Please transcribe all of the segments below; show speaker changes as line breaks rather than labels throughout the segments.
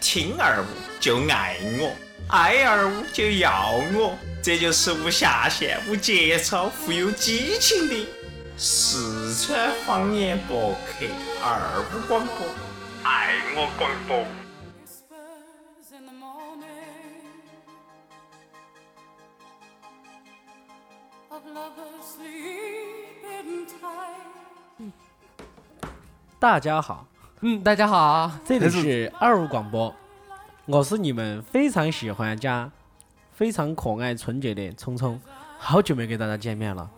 亲二五就爱我，爱二五就要我，这就是无下限、无节操、富有激情的四川方言博客二五广播，爱我广播。
Whispers in the morning of lovers sleeping tight.
大家好，嗯，大家好，这里
还是
是二五广播，我是你们非常喜欢加非常可爱纯洁的聪聪，好久没给大家见面了。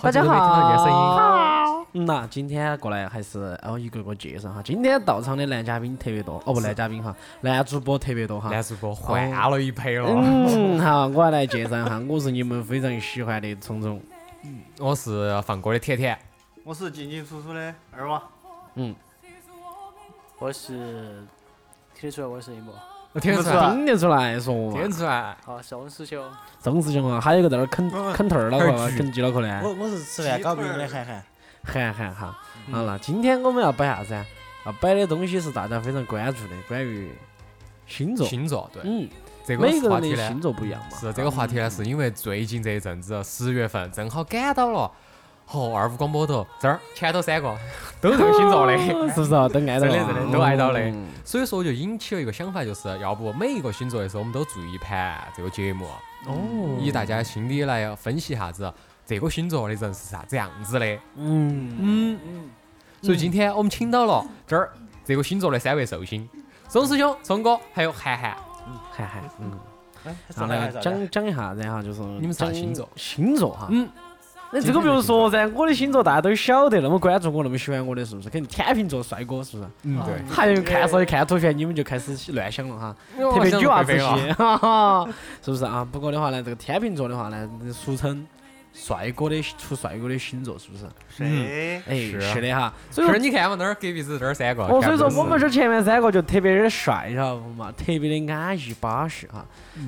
大家好，
好久都没听到你的声音。
嗯呐，今天过来还是哦一个个介绍哈，今天到场的男嘉宾特别多，哦不，男嘉宾哈，男主播特别多哈。
男主播换了一批了，
嗯，好，我来介绍一下，我是你们非常喜欢的聪聪。
我是放歌的甜甜，
我是进进出出的二娃，
我是听得出来我的声音不？
我听得出来，
听得出来说我
听得出来，
好，小师兄，
钟师兄啊，还有一个在那儿啃啃兔儿脑壳啊，啃鸡脑壳呢。
我我是吃饭搞不赢的涵涵，
涵涵哈。
嗯
好了，今天我们要摆啥子啊？要摆的东西是大家非常关注的，关于星座。
星座对，
嗯，
这
每
个
个
话
人
题
的
呢
星座不一样嘛。
是这个话题呢，是因为最近这一阵子十月份正好赶到了，哦，二五广播头这儿前头三个都是这个星座的，
是不是啊？都挨到了
真的
啊，
真的都挨到的
嗯。
所以说就引起了一个想法，就是要不每一个星座的时候，我们都做一盘这个节目，
哦，
以大家心理来分析下子这个星座的人是啥子样子的。
嗯，
嗯，所以今天我们请到了这儿这个星座的三位寿星，钟师兄、聪哥还有涵涵。
涵涵，嗯，上
上来
来
上
讲讲一下子哈，就是
你们啥
讲
星座
星座哈。
嗯，
那这个不用说噻，我的星座大家都晓得，那么关注我，那么喜欢我的，是不是？肯定天秤座帅哥，是不是？
嗯，对，
还有看稍微看图片，你们就开始乱想了哈。特
特
别
别
女
女
娃
娃
子
子
气，哈哈， 是不是啊？不过的话呢，这个天秤座的话呢，俗称帅哥的出帅哥的星座，是不是？
谁？
哎，
是
是的哈。所以
这
说
儿，你看嘛，那儿隔壁子这儿三个。
哦，所以说
看不
我们
是
这前面三个就特别的帅，晓得不嘛？特别的安逸巴适哈。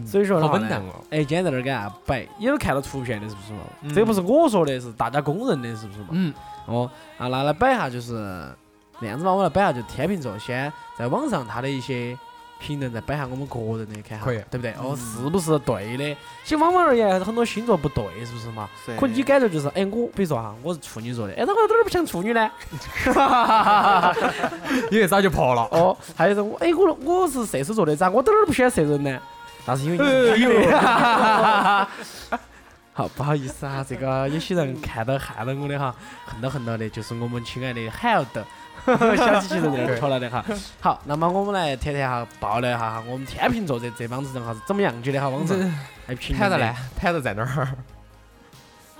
所以说的
嗯好
话
稳当
呢，
哦。
哎，今天在那儿给大家摆，也都看到图片的，是不是嘛？这不是我说的，是大家公认的，是不是嘛？
嗯，
哦，啊，那来摆一下就是那样子嘛，我来摆一下就天秤座，先在网上他的一些评论，再摆一下我们个人的看下，
可以
对不对？哦，是不是对的？其实往往而言，很多星座不对，是不是嘛？
是
可能你感觉就是，哎，我比如说哈，我是处女座的，哎，那我哪儿不像处女呢？
因为早就破了。
哦，还有一种，哎，我我是射手座的，咋我哪儿不喜欢射人呢？那是因为你是女的 好，不好意思啊，这个有些人看到害了我的哈，恨到恨到的，就是我们亲爱的 Held 小机器人在那儿戳了的哈。好，那么我们来谈谈哈，爆料一下哈，我们天秤座这这帮子人哈是怎么样子的哈？网上还评
盘
论
着
的
呢，盘着在那儿。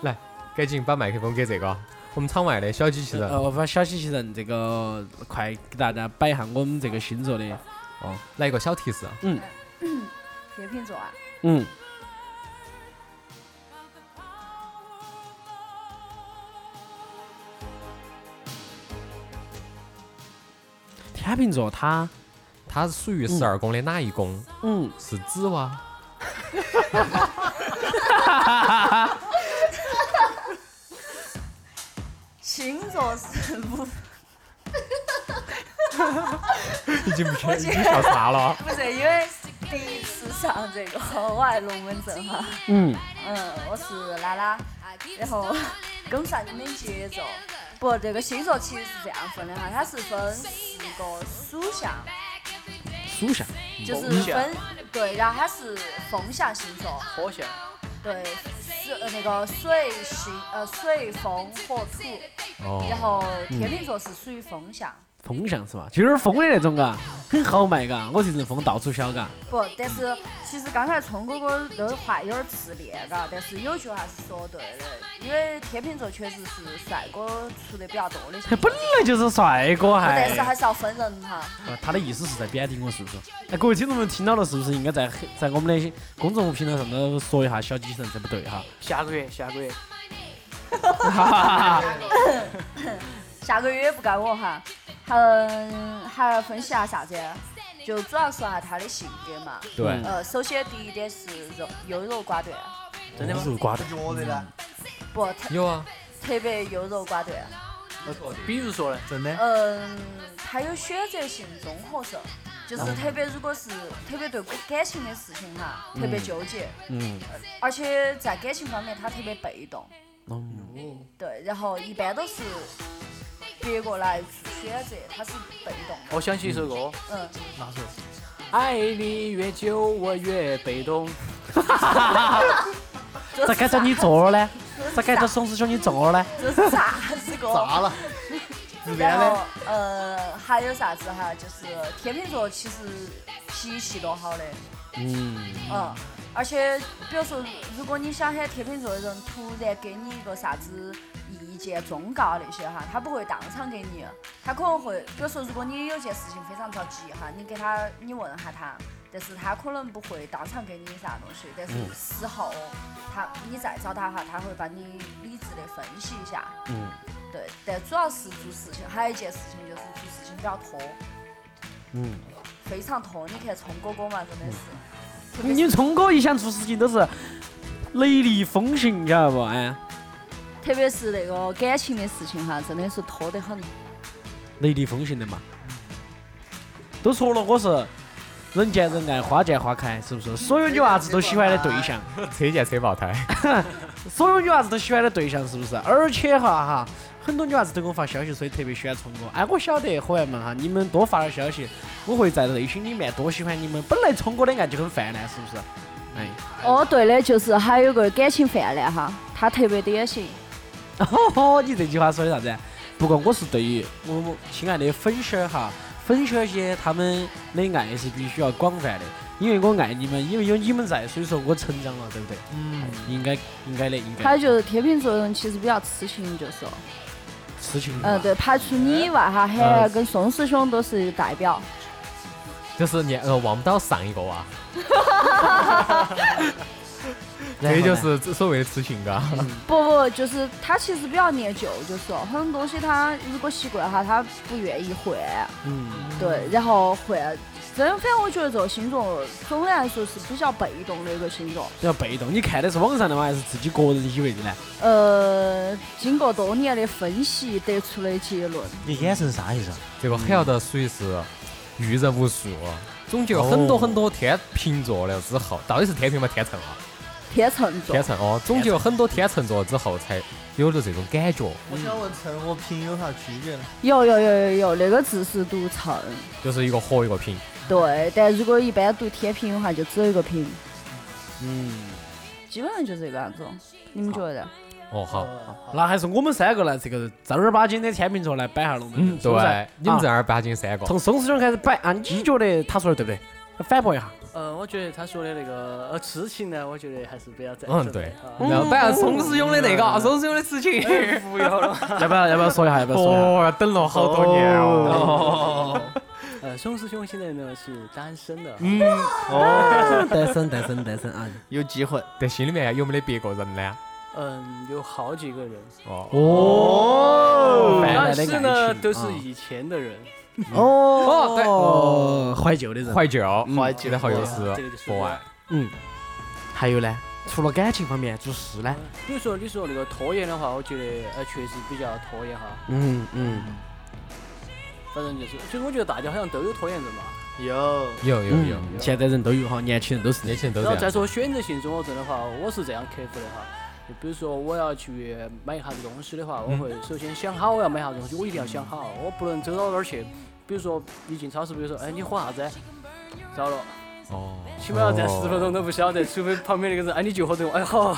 来，赶紧把麦克风给这个我们场外的小机器人。
呃，我把小机器人这个快给大家摆一下我们这个星座的，
哦，来一个小提示，
天秤座啊，
嗯，天秤座他，
它是属于十二宫的哪一宫？
嗯，
是子哇？
星座是不
已经不晓已经笑岔了。
不是因为第一次上这个我爱龙门阵哈，
嗯，
嗯，我是拉拉，然后跟不上你们的节奏。不，这个星座其实是这样分的哈，它是分四个属相，
属相，
就是分对，然后它是风象星座，
火象，
对，是呃那个水星呃水风火土，然
哦，
后
嗯
天秤座是属于风象。
风象是吧？就是风的那种嘎，很豪迈嘎，我这阵风到处飘嘎。
不，但是其实刚才聪哥哥那话有点自恋，嘎，但是有句话是说对的，因为天秤座确实是帅哥出的比较多的星
他
座
本，来就是帅哥，
但是还
还。
是要分人哈。
啊他的意思是在贬低我，是不是？哎，各位听众们听到了，是不是应该在 在我们的公众平台上头说一下小机器人这不对哈？
下个月，下个月，
下个月不该我哈，还还要分析下啥子？就主要说下他的性格嘛。
对，
嗯
呃，首先第一点是柔优柔寡断，
真的吗？
觉得呢？
不特
有啊，
特别优柔寡断。
比如说呢？
真的？
嗯，他有选择性综合症，就是特别如果是特别对感情的事情哈，特别纠结，
嗯，
而且在感情方面他特别被动，对，然后一般都是别过来去选择，他是被动的，
我想起一首歌，
嗯，
爱你越久我越被动。
咋该找你做了呢？咋该找宋师兄你做了呢？
这是啥子歌？
炸 了，自恋
然后
的，
呃，还有啥子哈？就是天秤座其实脾气都好的，嗯而且比如说，如果你想喊天秤座的人突然给你一个啥子意见忠告那些哈，他不会当场给你，他可能会，比如说，如果你有件事情非常着急哈，你给他你问下他，但是他可能不会当场给你啥东西，但是事后他你再找他哈，他会帮你理智的分析一下。对，但主要是做事情，还有一件事情就是做事情比较拖，
嗯，
非常拖。你看聪哥哥嘛，真的是，特别
你
是
聪哥一向做事情都是雷厉风行，晓得不？哎，
特别是那个感情的事情哈，真的是拖得很。
雷厉风行的嘛。都说了我是人见人爱，花见花开，是不是？所有女娃子都喜欢的对象，
车见车爆胎，
所有女娃子都喜欢的对象，是不是？而且哈哈，很多女娃子都给我发消息，所以特别喜欢聪哥。哎，我晓得伙伴们哈，你们多发点消息，我会在内心里面多喜欢你们。本来聪哥的爱就很泛滥，是不是？哎，
哦，对的，就是还有个感情泛滥哈，他特别典型。
哦， 你这句话说的啥子？不过我是对于我们亲爱的粉丝儿哈，粉丝儿些他们的爱是必须要广泛的，因为我爱你们，因为有你们在，所以说我成长了，对不对？嗯，应该应该的，应该
还
的
有就是天秤座人其实比较痴情，就是哦，
痴情
嗯，
嘛。
对，排除你以外哈，海洋跟宋师兄都是代表。
就是你呃忘不到上一个啊。这就是所谓的痴情嘎，
不不，就是他其实比较念旧，就是哦很多东西他如果习惯哈，他不愿意换，
嗯，
对，然后换。真反正我觉得这个星座总的来说是比较被动的一个星座。
比较被动。你看的是网上的吗？还是自己个人以为的呢？
呃，经过多年的分析得出的结论，
你眼神啥意思啊？
这个 Held 属于是阅人无数，总结了很多很多天秤座了之后，到底是天平吗？天秤啊，
天秤座
天。秤哦，总结了很多天秤座之后，才有了这种感觉，
我想问秤和平有啥区别呢？
有有有有有，那个字是读秤，
就是一个火一个平。
对。但如果一般读天平的话，就只有一个平，
嗯，
基本上就是这个样子。你们觉得？
哦，好，
那还是我们三个来这个正儿八经的天秤座来摆下龙门
嗯，
阵，是不是
对，你们
啊
正儿八经三 个，
从宋师兄开始摆啊，你觉得他说的对不对？反驳一下。
呃，我觉得他说的那个呃痴情呢，我觉得还是比较赞
嗯
成的。
对
啊
然后摆下宋师兄的那个，宋师兄的痴情，
不要了。
要不要要不要说一下？要不要说一下？
哦，要等了好多年哦。
呃，宋师兄现在呢是单身的，
单身单身单身啊！
有机会，
但心里面有没得别个人呢？
嗯，有好几个人，
哦，
哦
但是呢都是以前的人，
哦
对
哦怀旧的人，
怀旧，嗯
怀旧
然后又
哇哦这
是
个就是
国外，
嗯，还有呢，除了感情方面做事呢，
比如说你说那个拖延的话，我觉得呃确实比较拖延哈，
嗯嗯
反正就是，其实我觉得大家好像都有拖延症嘛。
有
有有有，
嗯，现在人都有哈，年轻人都是
年轻人都
然后
这
再
样。
说选择性综合症的话，我是这样克服的哈。就比如说我要去买一下子东西的话，我会首先想好我要买啥子东西，我一定要想好，我不能走到那儿去。比如说一进超市，比如说哎你喝啥子？糟了，
哦，
起码要站十分钟都不晓得，除非旁边那个 人哎你就喝这个，哎好。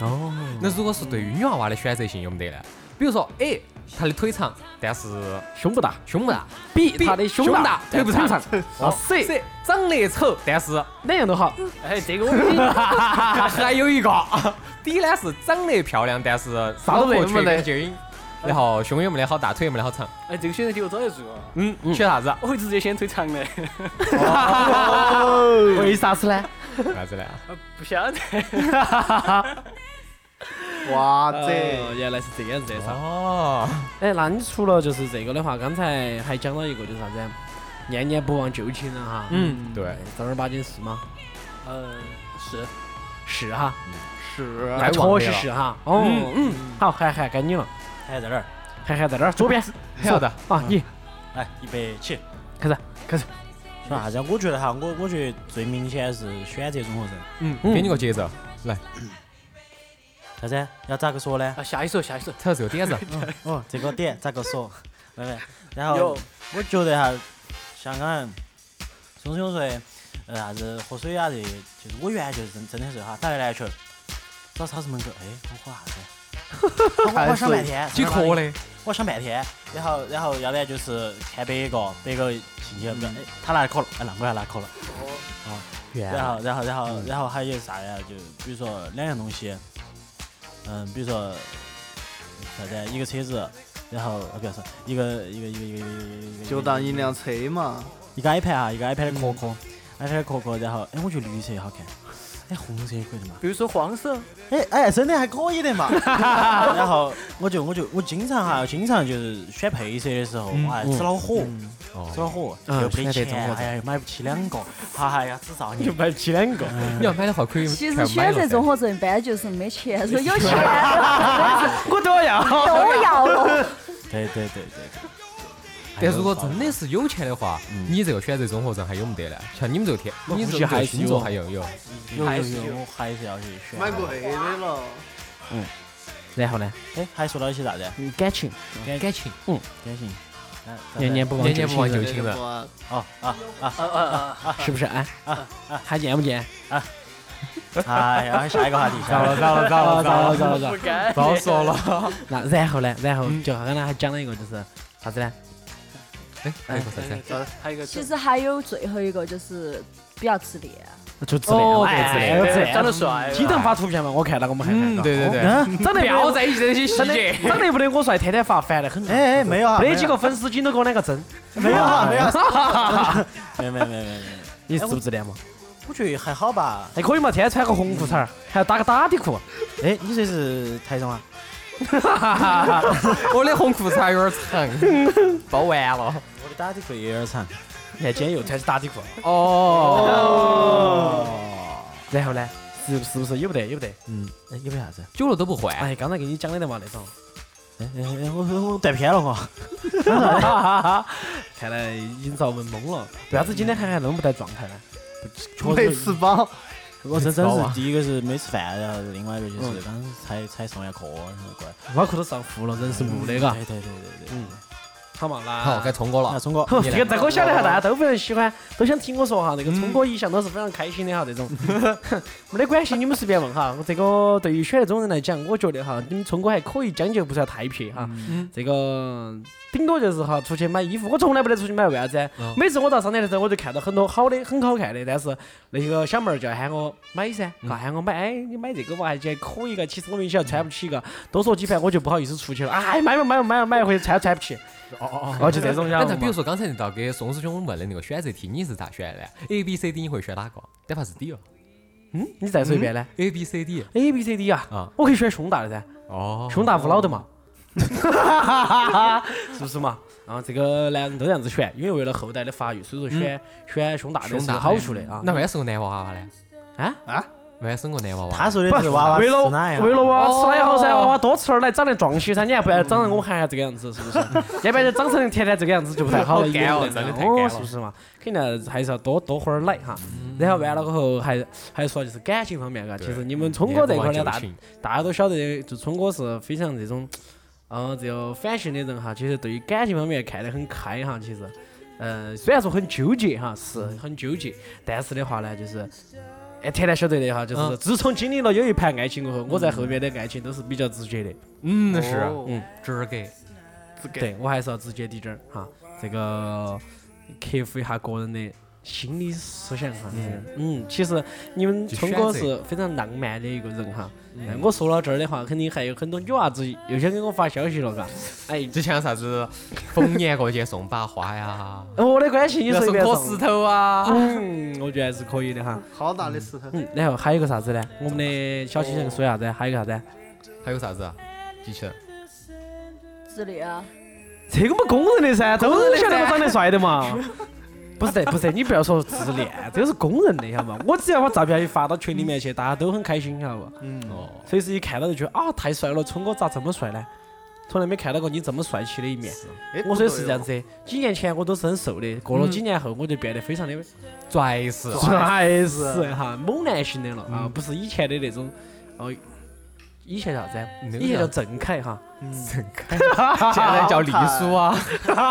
哦，那如果是对于女娃娃的选择性有没得呢？比如说 A，她的腿长，但是
胸不大
胸不大
，B
；B，
他的
胸
大
大，，腿不
长
长。
长，
哦
啊 C
C，长得丑，但是
两样都好，
哎，这个我已经
还有一个 D 呢是长得漂亮，但是
啥都没
脑壳缺
没得
根筋，然后胸也没得好大，腿也没得好长。
哎这个选择题我早就做了，
嗯，选啥子啊？
我会直接先推长 的，
为啥子呢？
啥子呢？
呃不晓得。
哇
哦，
这
原来是这样子的噻。
哦，
哎，那你除了就是这个的话，刚才还讲到一个就是啥子？念念不忘旧情人哈，
嗯，对
哎，，正儿八经是吗？
呃，是。
是哈，
是
该
那
忘
确
的
实
了
是哈。哦，嗯，好，涵涵该你了，
还在那儿？
涵涵在那儿左边
晓得。
啊，你
来，预备起！
开始开始。
说啥子啊？我觉得哈，我我觉得最明显的是选择综合症。
嗯，给你个节奏，来，
啥子？要咋个说呢？
啊，下一首，下一首。
瞅这个点子，
哦，这个点咋个说？拜拜。然
有
后我觉得哈，香港人总是有说，呃，啥子喝水啊这些，就是我原来就是真真的是哈，打个篮球，到超市门口，哎，我喝啥子？我我我想半天，
几
想半天
颗嘞？
我想半天，然后然后要不然就是看别个，别个进去，哎，他拿可乐，哎，那我也拿可乐。哦，然后然后然后然后还有啥呀？就比如说两样东西，嗯，比如说啥子啊？一个车子，然后啊不要说一个一个一个一个一个一个，
就当一辆车嘛。
一个 iPad 啊，一个 iPad 的壳壳，iPad 的壳壳，然后哎，我觉得绿色好看，哎，红色也可以的嘛。
比如说黄色，
哎哎，真的还可以的嘛。 然后我就我就我经常哈，经常就是选配色的时候，哇，吃恼火，吃恼
哦，
火，
嗯
又没
选择综
钱，
合症
哎呀，买不起两个，哈哈，要制造
就
孽。
买不起两个。
你要买的话可以
其
快
实
买了
选
噻
择综合症一般就是没钱，说有钱我
我都要。
都要了。
对对对对。
但如果真的是有钱的话，你这个选择综合症还有没得呢？像你们这个天，你这个星座还哦哎有有，
有有有，我还是要去选。
买贵的了，
然后呢？嗯
哎，还说到一些啥子？
感情，
感情
感情。哎
念念不忘
年年不忘
旧
旧
情
情
这
人
个，不
哦啊啊！
啊啊啊！
人，是不是？哎，还见不见？
哎呀，下一个话题，下
糟
一
了糟了
个。
糟
啊
了糟了，
糟了糟
不
了！
该。
早说了。
那然后呢？然后就刚才还讲了一个，就是啥子呢？
哎，还有个啥子？
还有一个
其实还有最后一个就是不要自恋，
就自恋，
哦，
哎
对，
自
对，
恋
长得帅，
经常发图片嘛，我看到我们看看
嗯，
到。
对对对，
长得
不
不
要
要
在意这些细
长
节
得。长得不得我帅，天天发烦得很。
哎哎，没有啊，
没几个粉丝经都跟我两个 争，
没有啊，没有啊。没有没有没有没有没有，
你是不自恋嘛？
我觉得还好吧。
还哎可以嘛，天天穿个红裤衩儿，还要打个打底裤，
哎，你这是台上啊？
我的红裤衩有点长， 包完了。
我的打底裤也有点长。
你看今天又穿起打底裤。
哦，
然后呢，是不是不是有不得有不得？
嗯，哎，有没有啥子？
久了都不换。
哎，刚才给你讲的得嘛那种。
哎哎哎，我我我断片了我。
看来已经遭我们懵了，为啥子今天涵涵那么不在状态呢？
没吃饱，
我真真是第一个是没吃饭，然后另外一个就是刚才才上完课，啊然后过来。
脑壳都上浮了，人是木的，嗯嘎。
嗯对对对对对。
嗯，好嘛，那
好，该聪哥
那
了。
聪哥，
哼哦这个在我晓得哈，大家都非常喜欢，都想听我说哈。那个聪哥一向都是非常开心的哈，这种 没得关系，你们随便问哈。我这个对于选那种人来讲，我觉得哈，你们聪哥还可以将就，不算太撇哈。嗯这个顶多就是哈，出去买衣服，我从来不得出去买，为啥子
嗯？
每次我到商店的时候，我就看到很多好的、很好看的，但是那个小妹儿就要喊我买噻，嘎喊我买，哎，你买这个吧，还觉得可以个。啊其实我明显穿不起个，多说几盘我就不好意思出去了。哎，买吧买吧买吧买吧，回去穿穿不起。哦哦哦，就这种
那
样。
咱比如说刚才那道给宋师兄问的那个选择题，你是咋选的？A B C D 你会选哪个？哪怕是 D 哦
嗯，你再说一遍呢
，A B C D。
？A B C D 啊，
啊
我可以选胸大的噻，
哦，
胸大无脑的嘛，哦 是不是嘛？啊，这个男人都这样子选，因为为了后代的发育，所以说选选胸嗯大的
胸
是
大
有好处的啊。
那万一生个男娃娃呢？
啊
啊，万一生个男娃娃？
他说的是娃娃
为了
吃奶呀？
为了娃
哦
吃奶好噻，娃娃多吃点奶，长得壮些噻，你还不要长成我们涵涵这个样子，是不是？ 要不然就长成甜甜这个样子就不 太好了，嗯
好干哦
一个人
真的太
哦
干了
是不是嘛？肯定还是要多多喝点奶哈。然后完了过后，还还说就是感情方面，嘎，其实你们聪哥这块儿呢，大大家都晓得，就聪哥是非常这种，嗯，这个反性的人哈，其实对于感情方面看得很开哈，其实，嗯，虽然说很纠结哈，是很纠结，但是的话呢，就是。哎，特然晓得的哈，就是
嗯
自从经历了有一盘爱情过后，我在后面的爱情都是比较直接的。
嗯，是，
哦
嗯
直给。
对我还是要直接滴点儿哈，这个克服一下个人的心理思想哈。嗯，其实你们聪哥是非常浪漫的一个人哈。哎我说到这儿的话，肯定还有很多女娃子又想给我发消息了，嘎。哎，
就像啥子逢年过节送把花呀，
呃我的关 系你
要
随
送
便
颗
送
石。头啊。
嗯，我觉得还是可以的哈。
好大的石头。
嗯，然后还有个啥子呢？我们的小星星说啥子？还有个啥子？
还有啥子？啊机器人。
自恋啊，
这个嘛，公认的噻，都是晓得我长得帅的嘛。 不是的，不是的，你不要说自恋，这个是公认的，晓得嘛？我只要把照片一发到群里面去，大家都很开心，晓得不？
嗯，
哦，
随时一看到就觉得啊，太帅了，聪哥咋这么帅呢？从来没看到过你这么帅气的一面。
哎
我说的是这样，子的，几年前我都是很瘦的，过了几年后我就变得非常的
拽死，
嗯帅死哈，猛男型的了啊，不是以前的那种哦，以前叫啥子？
那个
以前叫郑恺哈，
盛开，现在叫丽叔啊，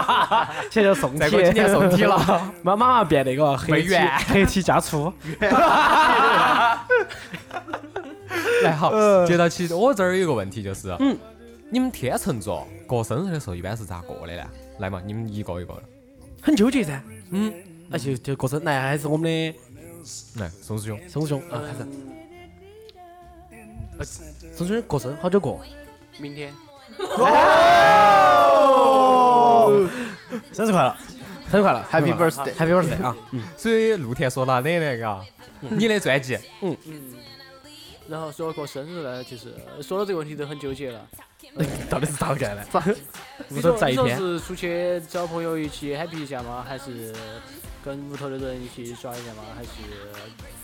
现在叫宋
再过几
体，
年宋体了，
妈妈妈变那个黑
美
体
元
黑体加粗，
来 好，
嗯
接到起我这儿有一个问题就是，嗯，你们天秤座过生日的时候一般是咋过的呢？来嘛，你们一个一个的，
很纠结噻。嗯，那就就过生来还是我们的
来，宋师兄，
松兄啊，开始。呃松兄过生好久过？
明天
生日快乐！
生日快乐嗯
Happy birthday
Happy birthday 啊！
所以露天说哪里那个啊，
嗯
你的专辑，
然后说过生日呢，就是说到这个问题都很纠结了。
到底是咋个干 的？
你
屋头
说
在一
你说
天，
是出去找朋友一起 happy 一下吗？还是跟屋头的人一起耍一下吗？还是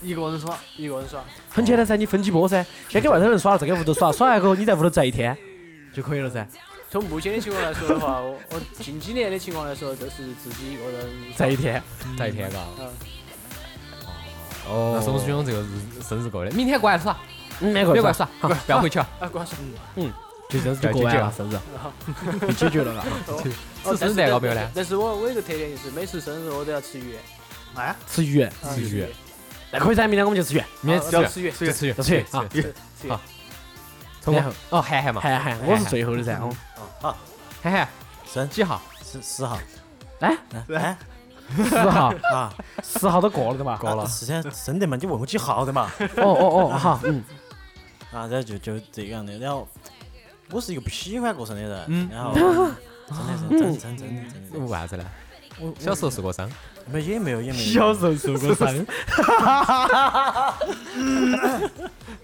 一个人耍，
一个人耍？
很简单噻，你分几波噻，先跟外头人耍了，再跟屋头耍，耍完过后你在屋头宅一天就可以了噻，
从目前的情况来说的话，我我近几年的情况来说，都是自己一个人
宅一。天。
在一天嘎，
嗯，
那
哦
宋师兄这个日生日过的，明天过来耍，
没
别
关
过来
系，
耍，好不要回去啊，
啊，光是
就这样子就过完了，是不是？ 就解决了嘎。
哦
吃生日蛋糕没有呢？
但是我我有个特点就是，每次生日我都要吃鱼。
哎，
吃鱼，
啊
吃鱼，
那可以噻，明天我们就吃鱼，
明天
啊
吃
要
鱼
吃鱼，
就吃鱼，
就吃鱼啊。
吃吃鱼
好。从
然后
哦，涵涵嘛，
涵涵，我是最后的噻，哦，
啊
涵涵
生
几号？
十十号，
来
哎
十 号，
啊，
十号都过了的嘛。
过了，
之前真的嘛，你问我几号的嘛？
哦哦哦，好，嗯，
啊，然后就就这个样的。然后我是一个不喜欢过生的人，
嗯
然后真的真的真的真的真的
为啥子呢？小时候受过伤，
没也没有也没有，
小时候受过伤，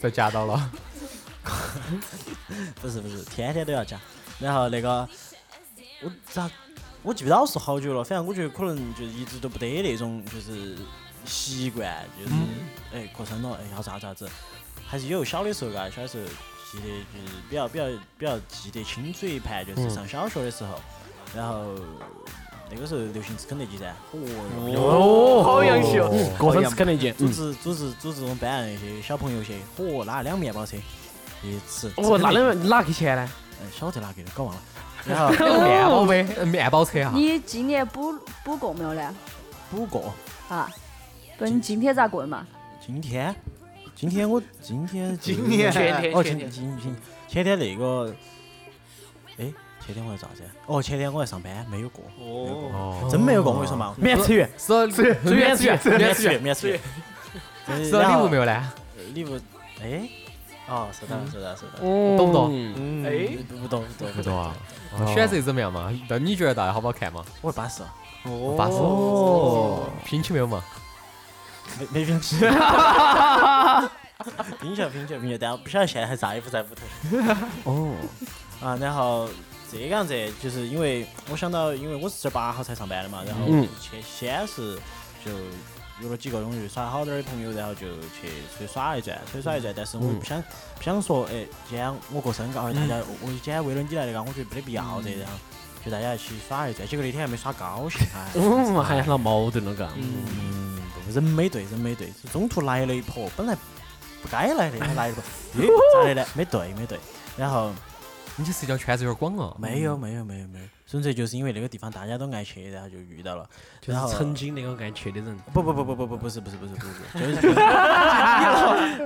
被夹到了，
不是不是，天天都要加。然后那个我咋我记不到是好久了，反正我觉得可能就一直都不得那种就是习惯，就是、
嗯
哎过生了哎要咋咋子，还是有小的时候啊，小的时候记得就是比较比较比较记得清楚一盘，
嗯
就是上小学的时候，然后。那个时候流行吃肯德基噻，哦哟，
哦，
好洋气哦
嗯过生吃肯德基，
组织组织组织我们班那些小朋友些，嚯，拿两面包车一吃，
哦，那
吃肯德基
两哪给钱呢？
哎，晓得哪个的，搞忘了。然后
那个面包呗，呃 面包车哈，
你今年补补过没有呢？
补过，
啊，不，你今天咋过的嘛？
今天，今天我今天
今年
前天
哦，
前
今
天
今今前天那个，哎，前天我在咋子？哦，前天我在上班，没有过，
哦，
哦，
真没有过。我跟你说嘛，
免吃鱼，
是是
免吃
免吃
鱼
鱼，
免
免
吃
吃
月，
鱼，
免吃月。是
是啊礼物没
有？
有呢？
礼物，哎，哦，收到了，收到了，收到了。
懂
不懂
嗯，
哎，
不不懂，不懂，
不懂啊。选择怎么样嘛？但你觉得到底好不好看嘛？
我巴适了，
哦，
巴适
哦，
拼起没有嘛？
没没冰淇淋。冰淇淋，冰淇淋，冰淇淋，但我不晓得现在还在不在屋头。
哦，
啊，然后这个样子，就是因为我想到，因为我是十八号才上班的嘛，然后
嗯
先先是就有了几个容易耍好点儿的朋友，然后就去出去耍了一转，出去耍了一转，但是我不想、不想说，哎，今天我过生日，哎，大家、我今天为了你来那个，我觉得没得必要这，然后就大家一起耍一转，结果那天还没耍高兴，哎，
嗯，还闹矛盾了嘎。
嗯，人没对，人没对，中途来了一波，本来不该来的，来了一波，咦咋的呢？没对，没对，然后。
你这社交圈子有点广哦。
没有没有没有没有，纯粹就是因为那个地方大家都爱去，然后就遇到了。
就
然后
是曾经那个爱去的人，
不不不不不不不是不是不是不是，不是就是就是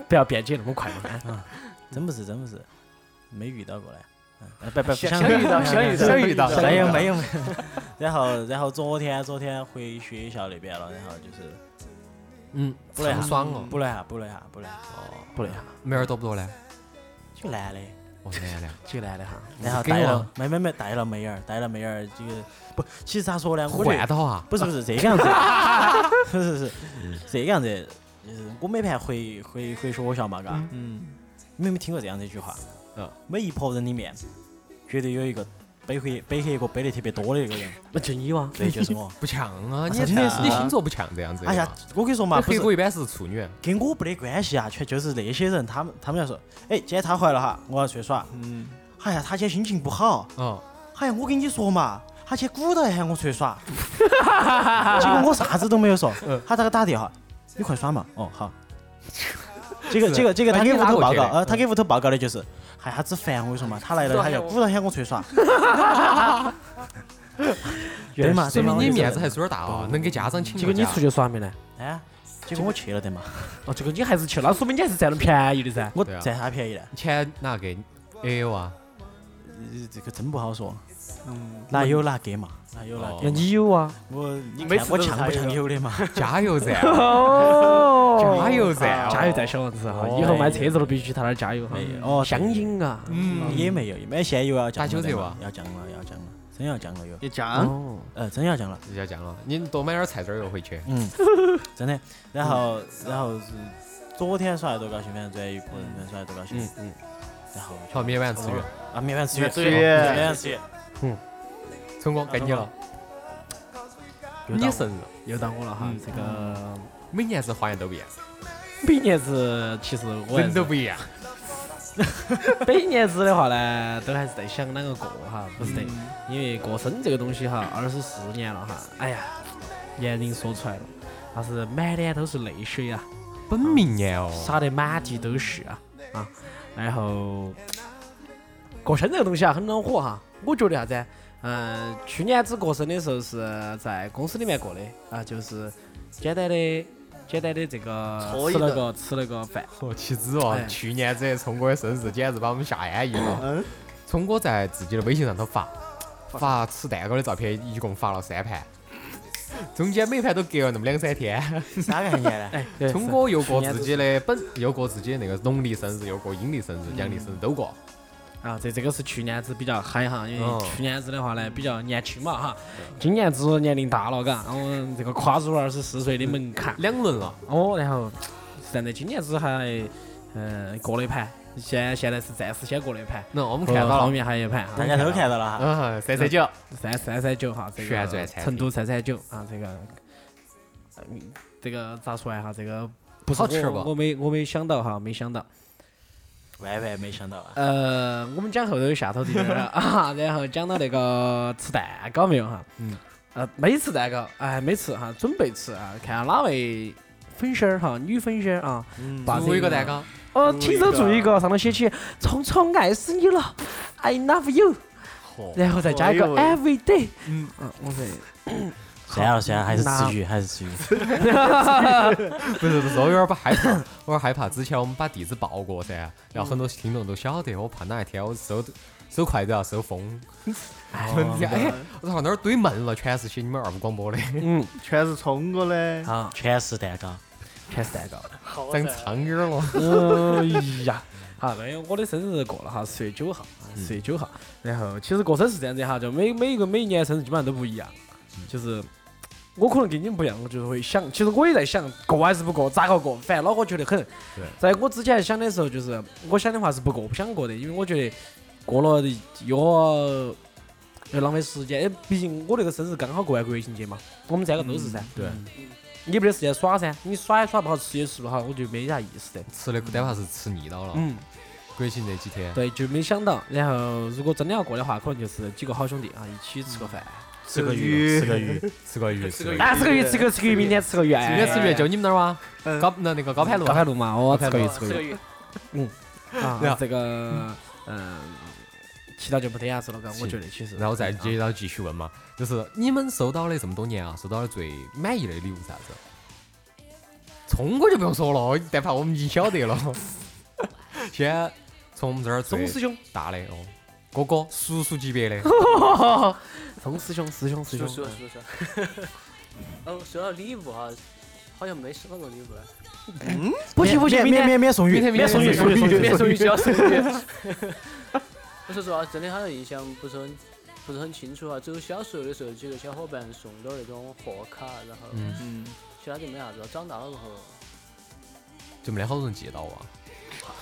不要辩解那么快嘛。哎
真不是真不是，没遇到过嘞。嗯，哎不不不想
想遇到想遇到
想遇到
没有没有没有。然后然后昨天昨天回学校那边了，然后就是
嗯，
补了一
很
下，
爽哦。
补了一下补了一下补了一下，
不啊累哈，
妹儿多不多呢？
就男的。
我天嘞，
几个男的哈，
然后
给我
带了没没没带了妹儿，带了妹儿这个不，其实咋说呢，我觉得
换到啊！
不是不是这 个样子， 不是是这个样子，就是我每盘回回回学校嘛，嘎，嗯，你们有没有听过这样的一句话？
嗯，
每一拨人里面，绝对有一个背黑背黑锅背得特别多的那
。
个人，
那就你啊哇，
对，就是我
不像啊，你
真的是
你星座不像这样子的嘛。
哎呀，我跟你说嘛，
那
不
啊黑
是
哥一般是处女，
跟我没得关系啊，全就是那些人，他们他们要说，哎，今天他回来了哈，我要去耍，嗯，哎呀，他今天心情不好，
嗯，
哎呀，我跟你说嘛，他去鼓捣喊我出去耍，结果我啥子都没有说，他咋个打电话，你快耍嘛，哦好。结果结果结果
那
他
你
给屋
拉
头
过
报
去
告，
的嗯
呃，他给屋头报告的就是，哎呀，只烦我跟你说嘛，他来了他就鼓捣喊我出 去耍，对嘛，
说
对嘛
明你
我就
面子还是有点大啊，能给家长请
结果你出
去，
去耍没呢？
哎，结果我去了的嘛，
哦，结果你还是去了，那说明你还是占了便宜的噻。
我
对啊
占他便宜了，
钱拿给 A O 啊，
呃这个真不好说，哪有哪给嘛，哪有哪
嗯哦
那你有啊？
我你
每
看
次
我
都是
呛
他
不
一个
呛有 的嘛？
加油站，
哦，
加油站，
加油站小王子哈，
哦
以后买车子都必须去他那儿加油哈。
哦，
香应啊，
嗯，
也没有，买现油要降
打九
了的
折
嘛
哇，
要降了，要降了，真要降了又，
也讲，
哦，
呃，真要降了，
要降了，你多买点菜籽儿又回去，
嗯， 真的。然后，然后是昨天耍得多高兴，反正昨天一个人反正耍得多高兴
嗯，嗯，
然后
好，明晚吃月，
啊，没完吃月，
吃
没
月
完吃月，
成功该你了，你胜了，
又到我了哈，这个
每年子花样都不一样，
每年子其实我
人都不一样，
每年子的话呢，都还是在想啷个过哈，不是的，因为过生这个东西哈，二十四年了哈，哎呀，年龄说出来了，那是满脸都是泪水啊，
本命年哦，
洒得满地都是啊啊，然后过生这个东西啊很恼火哈，我觉得啥子啊？嗯，去年子过生的时候是在公司里面过的啊，就是简单的简单的这个
搓一
吃了
顿
个吃了个饭，
哦，岂止哦
哎，
去年子聪哥的生日简直把我们吓安逸了。聪哥在自己的微信上头发发吃蛋糕的照片，一共发了三盘，中间每盘都隔了那么两三天。
啥概 念呢？
哎，对
聪哥又过自己的本，又过自己的那个农历生日，又过阴历生日、阳历生日都过。
啊，这这个是去年子比较嗨哈，因
哦
为去年子的话呢比较年轻嘛哈，今年子年龄大了嘎，然后这个跨入了二十四岁的门槛，
两轮了，
哦，然后但在今年子还嗯过了一盘，现现在是暂时先过了一盘，
那我们
我
看到
后
了，
面还有一盘哈，
大家都看到了哈，
嗯，三三九，
三三三九哈，这
旋
个
转餐厅
成都三三九啊，这个嗯这个咋说来哈，这个不是
好吃
我
不
我没我没想到哈，没想到。
万万没想到啊！
呃，我们讲后头有下头地方了啊， 然后讲到那个吃蛋糕没有哈？嗯。呃，没吃蛋糕，哎，没吃哈，准备吃啊，看下哪位粉丝儿哈，女粉丝儿啊，把
做一个蛋，糕，
Oh
哦，亲手做一个，上头写起“聪聪爱死你了，I love you”，然后再加一个
哦
“every day”，嗯，我说
算了算了，还是吃鱼，还是吃鱼。
不是不是，我有点儿不害 怕，我有点儿害怕。之前我们把地址报过噻，然后很多听众都晓得，我怕哪一天我收收筷子要收疯。哎哎，我操，那儿堆闷了，全是些你们二五广播的，
全是冲哥的，
嗯啊，
全是蛋糕，
全是蛋糕。
长苍蝇儿了。
哎呀， 嗯好，没有，我的生日过了哈，十月九号，啊十月九号。然后其实过生是这样子哈，就每每一个每一年生日基本上都不一样，就是我可能跟你们不一样，我就是会想，其实我也在想过还是不过，咋个过，反正恼火觉得很。在我之前想的时候，就是我想的话是不过不想过的，因为我觉得过了又又浪费时间，哎毕竟我那个生日刚好过完国庆节嘛，我们三个都是噻。嗯
对，
你没得时间耍噻，你耍也耍不好，吃也吃不好，我就没啥意思的。
吃的哪怕是吃腻到了，
嗯，
国庆这几天，
对，就没想到。然后如果真的要过的话，可能就是几个好兄弟啊，一起吃个饭。
吃
个
个
鱼
鱼，吃个鱼，
吃个 鱼，吃哎个鱼，
啊，吃个月，吃个吃个月，明天吃个月，
今天吃月就你们那儿吗？
嗯
高那那个高
高
盘路啊
高，盘路嘛，哦，吃个月，吃
这
个
个
月
月
啊，这个嗯，其他就没得啥子了，嘎，我觉得其实。
然后再接着继续问嘛，就是你们收到的这么多年啊，收到的最满意的礼物是啥子？聪哥就不用说了，但怕我们已经晓得了。 先从我们这儿
钟
最
师兄，
大的哦，哥哥叔叔级别的，
钟师兄，师兄，师
叔
兄，
叔叔叔。 哦，收到礼物哈，好像没收到过礼物了。
不行不行，明
免
天
免免送鱼，
免送鱼
送鱼，送鱼，
送鱼要送鱼。我是说啊，真的好像印象不是很不是很清楚啊。只有小时候的时候，几个小伙伴送点儿那种贺卡，然后
嗯，
嗯，
其他就没啥子了。长大了过后，
就没得好多人记到啊。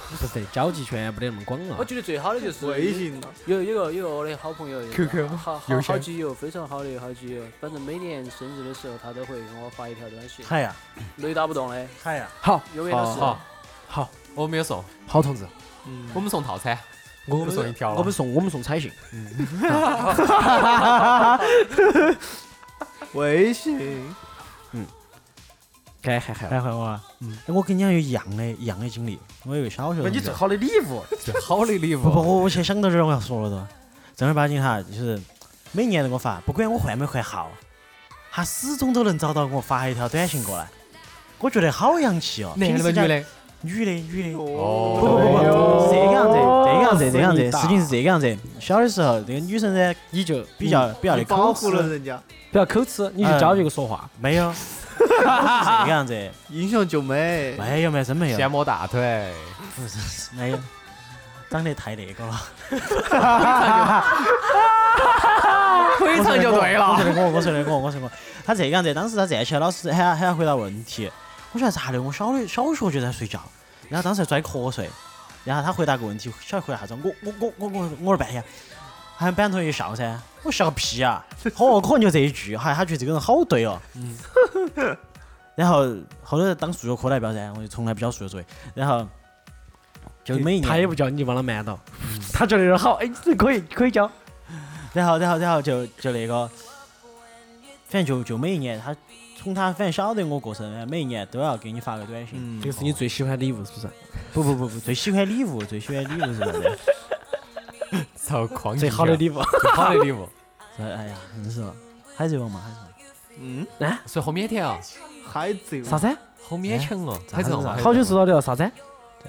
不是的，交际圈不得那么广
我
了。
觉得最好的就是
微信
有有个有个我的好朋友
QQ
好
邮
好
箱
好基友，非常好的好基友。反正每年生日的时候，他都会给我发一条短信，
嗨呀，
雷打不动的，
嗨呀，
好
永远都
好
是。
哦好，我们也送，
好同志，
我们送套餐，嗯我们送一条了，
我们送我们送彩信，
微信，
嗯该还还
还回我啊？嗯，哎我跟你还有一样的一样的经历，我有个小学同学。
好的礼物，
最好的礼
不不，
物。
我我先想到这儿，我要说了都。正儿八经哈，就是每年都给我发，不管我换没换号，他始终都能找到给我发一条短信过来。我觉得好洋气哦。
男的吗？
平时
女
讲？
的？
女的，女的。
哦
不不
哎
不不，是这个样子，这个样子，这个样
生意
子，
大
事情是这个样子。小的时候，这个女生呢，
你就嗯
比较比较的
你嗯保
抠
护
哧
了，人家，
不要抠哧，你就教这个说话，
没有，是这个样子，
英雄救美，
没有，没有，真没有，
先摸大腿，
没有，长得太那个了。
腿 长就对
我
了。
说的我，我说的我，我说的我。他这个样子，当时他站起来，老师喊他喊他回答问题。我说啥的？我小的小学就在睡觉，然后当时还拽瞌睡。然后他回答个问题，晓得回答啥子？我我我我我我了半天，喊班同学笑噻，我笑个屁啊！哦，可能就这一句，哈，他觉得这个人好对哦。然后后来当数学课代表噻，我就从来不教数学作业。然后就每一年
他也不教，你就帮他瞒到，他觉得好，哎，这可以可以教，
然后，然后，然后就就那个，反正就就每一年他从他反正晓得我过生日，每一年都要给你发个短信。
这个是你最喜欢的礼物是不是？
不不不不，最喜欢礼物，最喜欢礼物是啥子？
操，狂
最好的礼物，
最好的礼物。
是哎呀，真是海贼王嘛，海贼王。
嗯，
所以好腼腆啊，
海贼
啥
王，
子？
好勉强哦，
哎
还是
咋子啊
好久知道的了，啥子？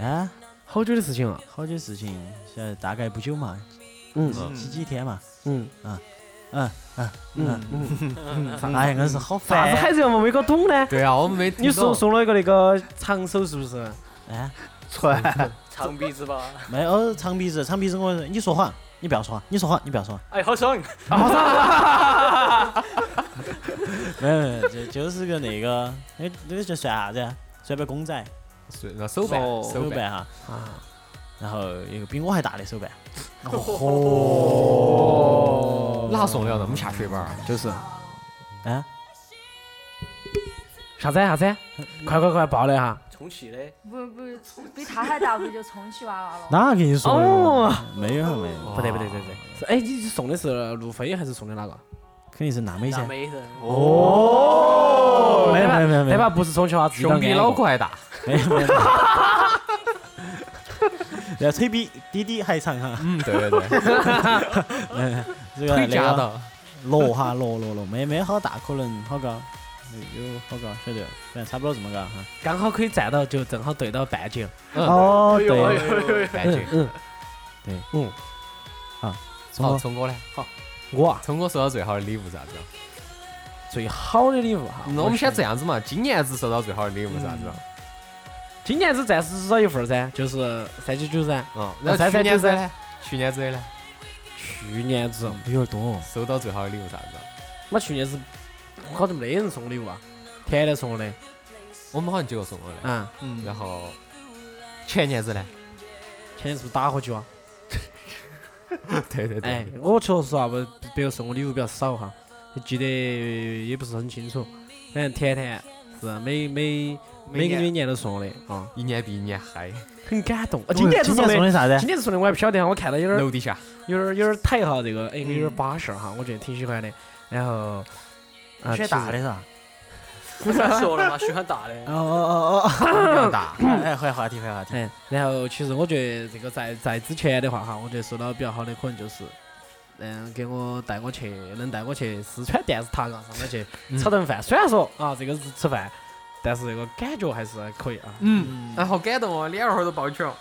啊，
好久的事情了，
好久事情，现在大概不久嘛，
嗯
几几天嘛。
嗯
嗯嗯
嗯
嗯，
嗯，
哎呀，硬是好
啥子
烦。
海贼王没搞懂呢？
对啊，我们没
你
听
送
懂。
送了一个那个长手是不是？
哎，
传
长鼻子吧，
没有长鼻子，长鼻子我你说谎，你不要说谎，你说谎，你不要 说谎。
哎，好爽！
没有没有，就就是个那个，那那个叫算啥子？啊算不公仔。
是那手办，
哦
手办，
办哈，然后一个比我还大的手办，
哪送得了那么下血本儿？
就是
啊，
啥子啥子？快快快报了哈！
充气的，
不不，比他还大不就充气娃娃了？
哪跟你说的？
哦，
没有没有，
不对不对不对不对，是哎，你送的是路飞还是送的哪个？
肯定是娜美噻
大，美人，
没有没有没有没
那
有
把不是充气娃，自己
胸比脑
壳
壳还大，
没有没有，然后腿比弟弟还长哈，
嗯，对对对，
这个
腿夹
那个
到，
落哈落落落，没没好大，可能好高，有有好高，晓得，反正差不多这么高哈。
刚好可以站到，就正好对到半截。
嗯，
哦
哎呦哎
对，
呦哎呦，
半
嗯
截。
嗯，
对，
嗯，
好，聪哥呢？
我啊
聪哥收到最好的礼物是啥子？
最好的礼物啊哈，
那我们先这样子嘛，今年子收到最好的礼物是啥子？
今年只暂时只找一份儿噻，就是三九九噻。
嗯，
那
然后去
三
年
三九
子呢？去年子的呢？
去年子，
有点多，
收到最好的礼物啥子？
我去年子好像没人送我礼物啊，甜甜送我的，
我们好像几个送了的。
啊，
然后前年子呢？
前年是不是打火啊机哇？
对对
哎
对，，
我确实啊，不别个送我礼物比较少哈，记得也不是很清楚。反正甜甜是每每每个每年都送我的啊，
一年比一年嗨，
很感动。啊，今年子
今
送
年送
的，
的啥子
今？年子送的我还不晓得哈，我看到有点
楼底下
有点有点抬哈，这个哎有点巴适哈，我觉得挺喜欢的。然后啊，
选大的啥？
不是说了嘛，喜欢大的，
啊
哦哦哦。
比较大
哦，哎，换话题换话
其实。
题，
哎，然后其实我觉得这个在在之前的话哈，我觉得收到比较好的可能就是，嗯，给我带我去，能带我去四川电视塔啊上面去
嗯
吃顿饭。虽然说啊，这个是吃饭，但是这个感觉还是可以啊。
嗯，哎，好感动哦，脸儿会儿都爆起了。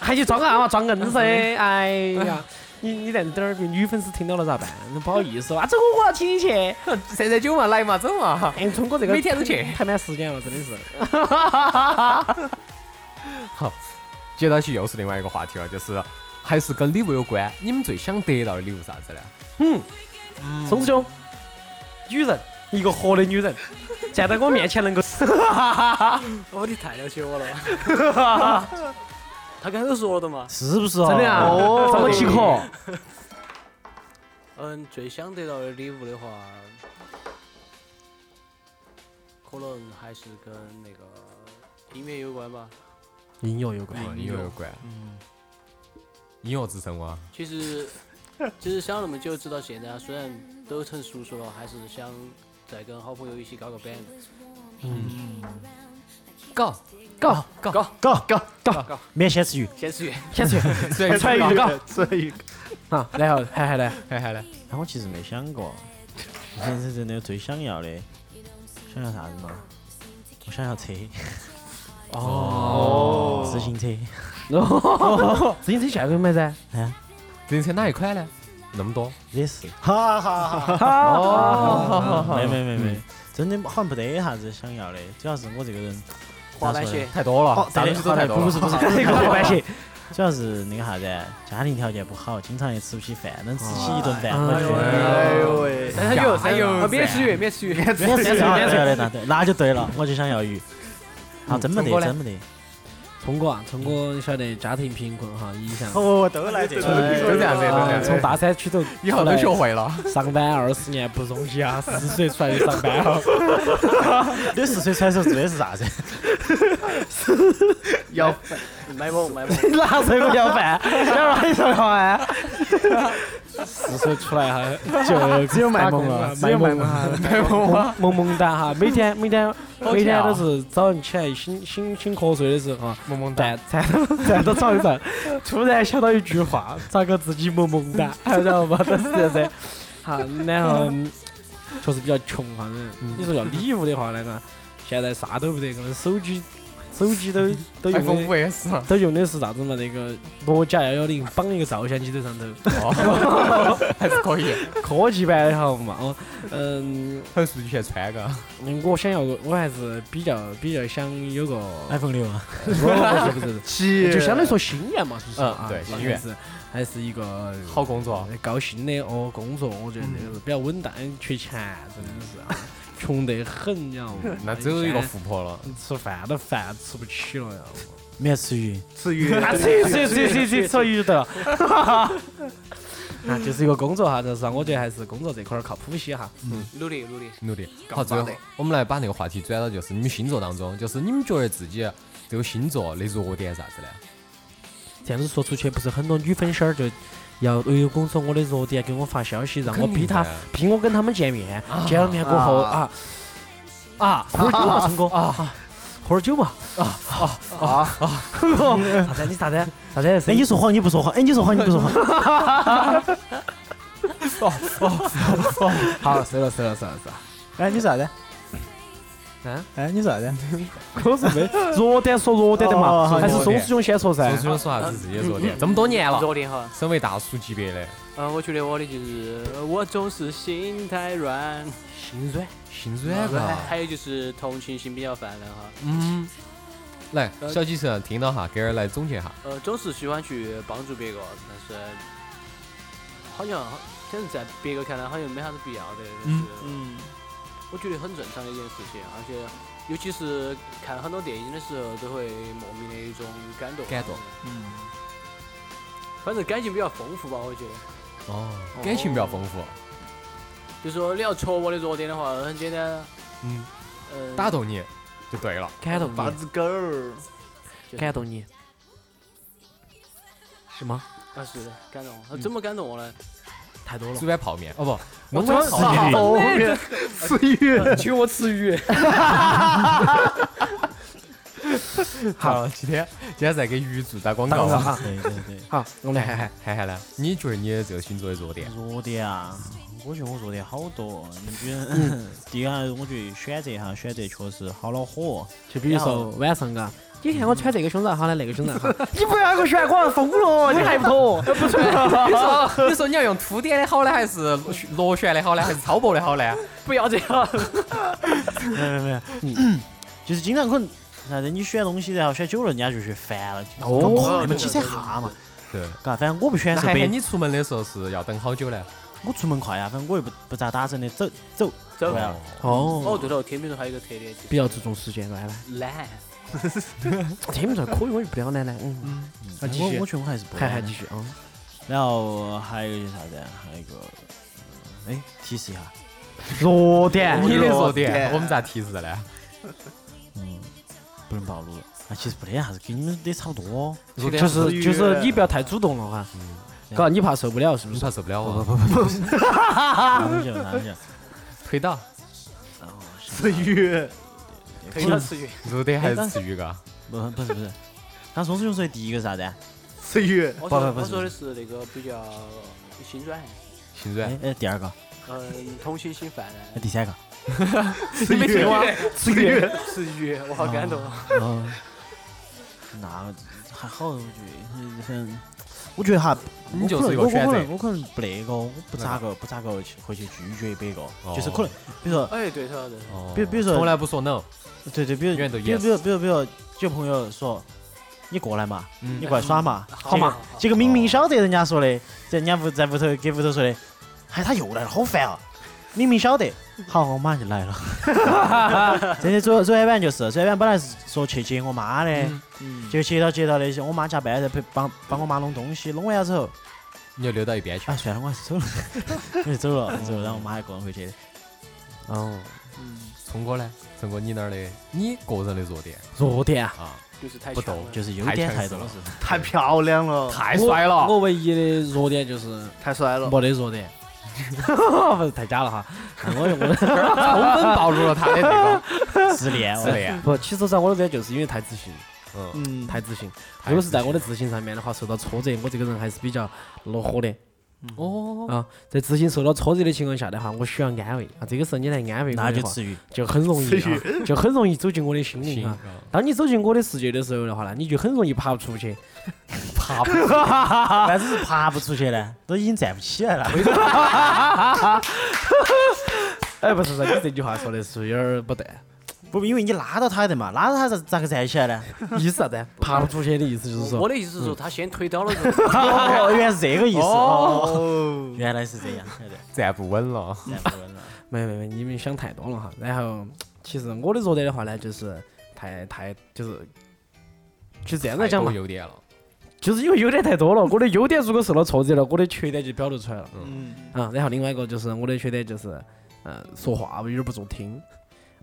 还去装啥 嘛，装硬
嗯
噻！哎呀，你你在这儿被女粉丝听到了咋办？不好意 思啊，走，我要请你去。
三三九嘛，来嘛，走嘛。
哎，通过这个
每天都去
排满时间了，真的是。
接到起又是另外一个话题了，就是还是跟礼物有关。你们最想得到的礼物是啥子呢？嗯
松师兄，女人，一个活的女 人，站在我面前能够，啊
哦，你太了 解我了。他刚才都说了的嘛，
是不是哦？
真的啊，找我起壳。
嗯，最想得到的礼物的话，可能还是跟那个音乐有关吧。
哦
音乐有关
嗯跟礼物有关。音乐之声吗？
其实其实想了那么久，直到现在啊，虽然都成叔叔了，还是想再跟好朋友一起搞个 band。
告
搞搞搞
搞搞
搞
搞，免先吃鱼，
先吃鱼，
先出去，
对，
出来预告
所以
啊，然后还还来，
还还嘞，
哎，我其实没想过，我现在真的最想要的，想要啥子嘛？我想要车，
哦，
自行车。
自行车现在有买噻？
自行车哪一款呢？那么多，
也是，哈哈哈哈
哦，
没没没没，真的好像没得啥子想要的，主要是我这个人，
滑板鞋，
太多了，啥东西哦都太多
不
了
是。不是不是滑板鞋，主要是那个啥子，家庭条件不好，经常也吃不起饭，能吃起一顿饭，我觉得。
哎呦喂，
三三九，三九，免
哎
吃鱼，免吃鱼，免
别吃要的那对，那就对了，我就想要鱼。啊，真没得，真没得。
聪哥啊，聪哥你晓得家庭贫困哈，影响。
哦，都来这
都这样子，都这
啊
样
从
子，
大山区头
以后都学会了。
上班二十年不容易啊，四十岁出来就上班了。
六十岁出来时候做的是啥子？
买不买不，
哪时候要饭？要哪里上饭？
四十出来哈，就只有卖萌了， 卖萌哈，卖萌哈，萌萌哒 哈，每天每天每天都是早上起来醒醒醒瞌睡的时候啊，萌萌哒，站站 到床上，突然想到一句话，咋个自己萌萌 哒，然后嘛，都是这样子，哈，然 后嗯确实比较穷哈，你说要礼物的话那个，现在啥都不得，可能手机手机都都用
iPhone
的
五 S 啊，
都用的是啥子嘛？那个诺基亚幺幺零绑一个照相机在上头，
哦 还是可以。
科技版的好嘛？哦，嗯，
很数据线穿个，
我想要个，我还是比较比较想有个，
iPhone 六啊，
不是不 是不
七
是，就相当于说心愿嘛，是不是？
嗯
啊
对
那
心愿
还是还是一个
好工作，？
高薪的哦工作，我觉得这个是比较稳当，缺钱真的是啊， 穷得很，你知道吗哎
那只有一个富婆了。
吃饭都饭吃不起了，要不。
免吃鱼，
吃鱼，
啊，吃吃吃吃吃吃鱼的， 啊，就是一个工作哈，就是我觉得还是工作这块儿靠谱些哈。
努力 努力，
努力。好，最后我们来把那个话题转到就是你们星座当中，就是你们觉得自己这个星座的弱点是啥子呢？
这样子说出去，不是很多女粉丝儿就要围攻说我的弱点，给我发消息，让我逼她，逼我跟他们见面。见了面过后啊啊，喝点酒嘛，成哥啊，喝点酒嘛啊啊啊啊！啥子？你啥子？啥子？
哎，你说谎，你不说谎，哎，你说谎，你不说谎。
好，收了收了收了收了。
哎，你说啥子？
嗯，
哎，你说啥子？
我是没弱点说弱点的
哦
嘛，
好
还是
弱
松
点
师兄先说噻
说。出说啥子自己的弱点？这么多年了，
弱点哈，
身为大叔级别的，
嗯，我觉得我的就是我总是心太软，
心软，
心软嘎。
还有就是同情心比较泛滥哈，
嗯，来，小几神听到哈，给儿来总结哈。
呃，总是喜欢去帮助别个，但是好像可能在别个看来好像没啥子必要的，但是
嗯，
我觉得很正常的一件事情，而且尤其是看很多电影的时候，都会莫名的一种感动。
感动，
嗯，反正感情比较丰富吧，我觉得。
哦，感情比较丰富，
就说你要戳我的弱点的话，很简单，
嗯，
呃，
打动你就对了。
感动
八
你，
只狗儿，
感动你，是吗？
啊是的感动，啊怎么感动我呢？
太多了
煮。碗泡面，哦不，
我
温碗
真
泡面。
后面吃鱼，
请我吃鱼。
好，今天今天在给鱼做打广
打
告
广告
啊。
哈，
对对对，
好，我们来涵涵。
涵涵呢？你觉得你这个星座的弱点？
弱点啊，我觉得我弱点好多。你比如， 第一个我觉得选择哈，选择确实好恼火。
就比如说晚上嘎，你看我穿这个胸罩，好的那个胸罩，哈 你不要给我选，我要疯了， 你还不脱？ 不
你说你说你要用凸点的好呢，还是螺旋的好呢，还是超薄的好呢？
不要这样，
没有没有，嗯 就是经常可能啥子，你选东西然后选久了，人家就觉得烦了。
哦
你们几扯哈嘛，
对。
嘎，反正我不选
那
是
涵
白
涵，，你出门的时候是要等好久呢？
我出门快呀，啊反正我又不不咋打针的，走走。
走。
对啊
哦，
哦，
对头，天秤座还有一个特点就
比较注重时间观呢。
是懒，
天秤座可以，我就不了呢呢。嗯，好，继
我
续
我，觉得我还是不
涵
爱
涵继。续啊。
然后还有一个啥子啊？还有一个，嗯哎，提示一下，
弱点
你的弱
哎
弱
点，
点
我们咋提示的呢？
嗯，不不能暴露了。啊，其实不得啥子，跟你们的差不多。
就是就是你不要太主动了哈，嘎，你怕受不了是不
你
是？
怕受不了啊？
哪能讲？哪能讲？
推倒，
吃鱼，
推到吃鱼，
肉的还是吃鱼嘎？
哦不，不是不是。刚松子勇说的第一个是啥子啊？
吃鱼，
我
不
说
不
我
是
说的是那个比较心软，
心软
哎，哎，第二个，
嗯，同情心泛滥
哎，。第三个。
吃鱼，吃鱼，
吃鱼，我好感动。
嗯，那还好，我觉得，反正我觉得哈，
你就是一个选
我可
择
能我可能不那个，我不咋个不咋个去会去拒绝别个，
哦
就是可能，比如说，
哎，对头对头。
比如比如
从
说，
来不说 no，
对对，比如
永远都
比如
yes
比如比如比如，就朋友说，你过来嘛，
嗯
你过来耍嘛，
好嘛，
结果明明晓得人家说的，在人家屋在屋头给屋头说的，哎，他又来了，好烦啊！明明晓得，好，我马上就来了。 真的，昨昨天晚上就是，昨天晚上本来是说去接我妈的，
嗯
结果接到接到那些，我妈加班在陪帮帮我妈弄东西，弄完了之后，
你就溜到一边去
哎，。算了，我还是 走了，我就走了，走了，然后我妈一个人回去的。
哦，
嗯
聪哥呢？聪哥，你那儿的你个人的弱点
弱点啊，
啊？
就是太
不
强
懂
了
就是优点太多了
太强势，
太漂亮了，
太帅了！
我唯一的弱点就是
太帅了，
没得弱点， 不是太假了哈。 我我
充分暴露了他的那
自恋，
个自 恋。
不，其实在我这边就是因为太自信，
嗯，
嗯，
太自信。
太
如果是在
自信
我的自信上面的话，受到挫折，我这个人还是比较恼火的。
哦，
啊，在自信受到挫折的情况下的话，我需要安慰啊。这个时候你来安慰我
那
的
就
话，
至于。
就很容易、啊， 就很容易走进我的心灵
行
啊。，当你走进我的世界的时候的话呢，你就很容易爬不出去。
爬不，但是是爬不出去呢，都已经站不起来了。
哎，不是，你这句话说的是有点儿 不对，
不，因为你拉到他的嘛，拉到他咋咋个站起 来呢？
意思啥子？爬不出去的意思就是
我
说，
的意思是说，他先推倒了之后，
哦，原来是这个意思哦，
哦，
原来是这样，对的，
站不稳了。
站不 稳了。
没没没，你们想太多了哈。然后，其实我的弱点的话呢，就是太太就是，就这样子
太
讲
多
嘛，
优点了，
就是因为优点太多了。我的优点如果受到挫折了，我的缺点就表露出来了。
嗯，
啊，然后另外一个就是我的缺点就是，呃，说话有点不中听。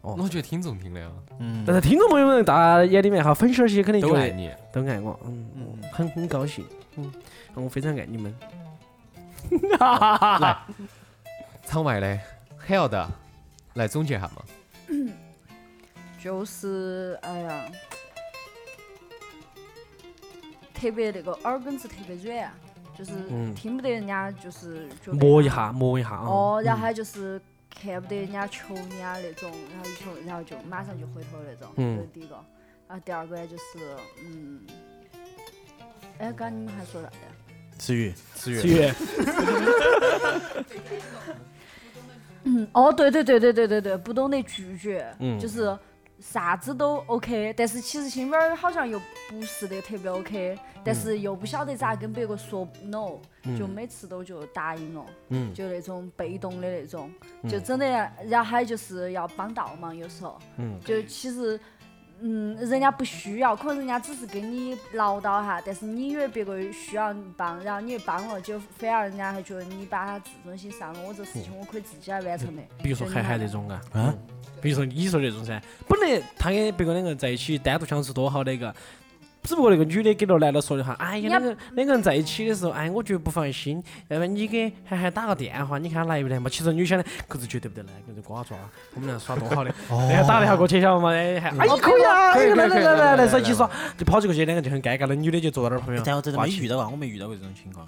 哦
我觉得听众听的啊
嗯
但是听众朋友们，大家眼里面哈，粉丝儿些肯定
都
觉
爱
得
你，
都爱我，嗯，
嗯
很很高兴，嗯，我非常爱你们。
场外的 hell 的，来总结一下嘛。
就是哎呀，特别那个耳根子特别软，啊就是
嗯
听不得人家就是觉得
磨一下，磨一下啊。
哦，然
嗯
后还就是看不得人家求你啊那种，然后一求，然后就马上就回头那种，
嗯
这是第一个。然后第二个呢就是，嗯，哎，刚刚你们还说啥子呀？
至于
志
子
远，
越
嗯，哦，对对对对对对对，不懂得拒绝，
嗯
就是啥子都 OK，但是其实心里面好像又不是的特别 OK，但
嗯
是又不晓得咋跟别个说 no，、就每次都就答应了，
嗯
就那种被动的那种，
嗯
就真的，然后还有就是要帮倒忙，有时候，
嗯
就其实。嗯，人家不需要，可能人家只是跟你唠叨哈，但是你以为别个需要你帮，然后你又帮了，就反而人家还觉得你把他自尊心伤了。我这
嗯
事情我可以自己来完成的。
比如说涵涵这种啊，
啊，
比如说你说这种噻，本来他跟别个两个在一起单独相处多好的一个。只不过那个女的给那个男的说的哈，哎呀，
人家
两个两个人在一起的时候，哎，我觉得不放心，要不然你给涵涵打个电话，你看他来不来嘛？其实女想的，可是绝对不得来，可是瓜抓，我们俩耍多好的，然后打了一下过去，晓得嘛？哎，还哎可以啊，哎来来来来来，手机耍，就跑起过去，两个就很尴尬，那女的就坐到那儿旁边，
但我真的
挂
没
起
遇到过，我没遇到过这种情况。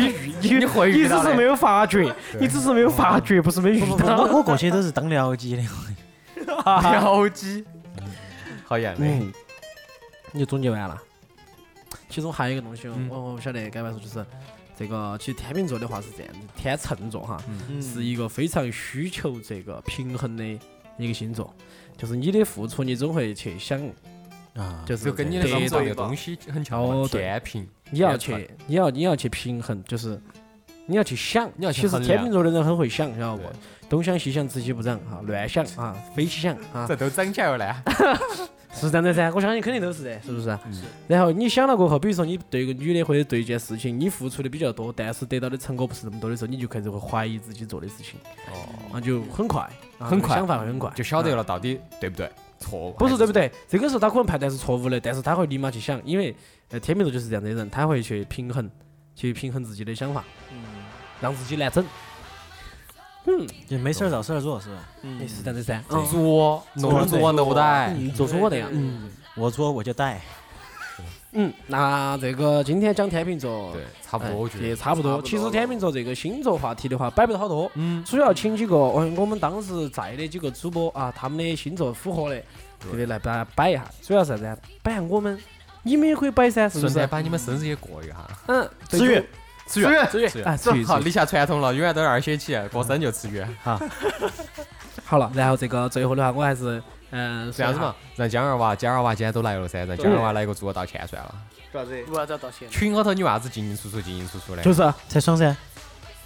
你遇你你会你只是没有发觉，你只是没有发觉，不是没遇
不不不，
到。
我我过去都是当僚机 的。
撩机，好样的。
嗯，你就总结完了。其中还有一个东西，
嗯
我我不晓得该不该说，就是这个，其实天秤座的话是这样，天秤座哈，
嗯
嗯
是一个非常需求这个平衡的一个星座，就是你的付出你总会去想，
啊，
就是
就跟你那
得
个
到
做的东西很像嘛
哦对
天平，
你要
天秤
去，你要你要去平衡，就是你要去想，
你要去
其实
衡
天
量
秤座的人很会想，晓得不
对？
东想西想，自己不长哈，乱想啊，非想啊，
这都涨起来了。
是这样的噻，我相信肯定都是的，是不是？啊
嗯
然后你想了过后，比如说你对一个女的或者对一件事情，你付出的比较多，但是得到的成果不是那么多的时候，你就开始会怀疑自己做的事情，
哦，
啊，就很快，啊
很快嗯
想法会很快，
就晓得
啊。
了到底对不对。错误，
不是对不对？这个时候他可能判断是错误的，但是他会立马去想，因为呃天秤座就是这样的人，他会去平衡，去平衡自己的想法，
嗯
让自己难整，
就没事儿找事儿做是吧？
嗯
哎是这样的噻。
还是作弄作弄呆，
嗯，做出我那样。
嗯，我作我就带，
嗯，那这个今天讲天秤座，
对，差啊不多我觉
哎也
得。
差不多。其实天秤座这个星座话题的话，摆不到好多。嗯，主要请几个，嗯，我们当时在的几个主播啊，他们的星座符合的，特别来把它摆一下。主要是啥子啊？摆下我们，你们也可以摆噻，是不
顺带
是？
把你们生日也过一下。
嗯，对
子
我
月，子月，
子月， 哎，子月，
好，
子月
立下传统了，永远都是二写起，过生就吃鱼，
好了。然后这个最后的话，我还是嗯，
这样子嘛。让江二娃、江二娃今天都来了噻，让江二娃来个祝我道歉算了。
啥子
为啥子要道歉？
群里头你为啥子进进出出、进进出出的？
说啥，就是啊
才爽噻。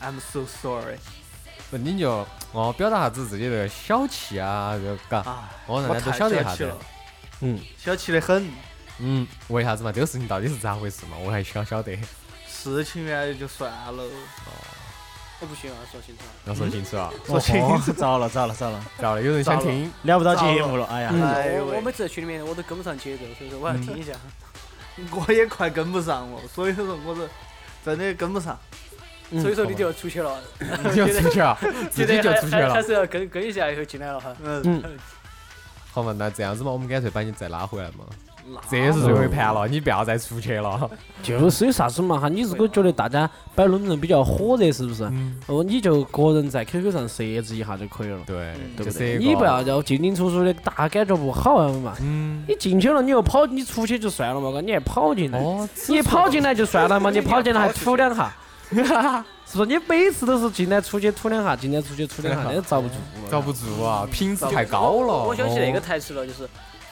？I'm so sorry。
不你就哦表达啥子自己的小气啊，这个嘎，哦让
我
大家都
太
晓得一下
小气
子
了。，
嗯，
小气得很。
嗯，为啥子嘛？这个事情到底是咋回事嘛？我还想晓得，
事情嘛也就算了，
我不行啊，说清楚啊。
要说清楚啊。
嗯
说清楚
楚，哦糟了糟了糟了，
咋了？有人想听？
聊不到节目了，哎呀，
哎呦
我
喂
我每次在群里面我都跟不上节奏，所以说我要听一下。
我也快跟不上了，所以说我是真的跟不上。
所以说你就要出去了，
你就出去了，自己就出去
还
了
还。 是要跟跟一下以后进来了哈。
嗯，
好嘛，那这样子嘛，我们干脆把你再拉回来嘛。这也是最后一盘了，你不要再出去了。
就是有啥子嘛哈。你如果觉得大家摆论坛比较火热，是不是？
嗯
哦，你就个人在 QQ 上设置一下就可以了。
对，
对
就
不
是
嗯对？
一个啊
你不要要进进出出的，大家感觉不好啊嘛。
嗯
你进去了，你又跑，你出去就算了嘛，哥，你还跑进来，
哦，
你跑进来就算 了嘛，你跑进来还吐两下， 是不是？你每次都是进来出去吐两下，进来出去吐两下，那 遭不住了。
遭不住啊，品质太高了。哦
我想起那个台词了，就是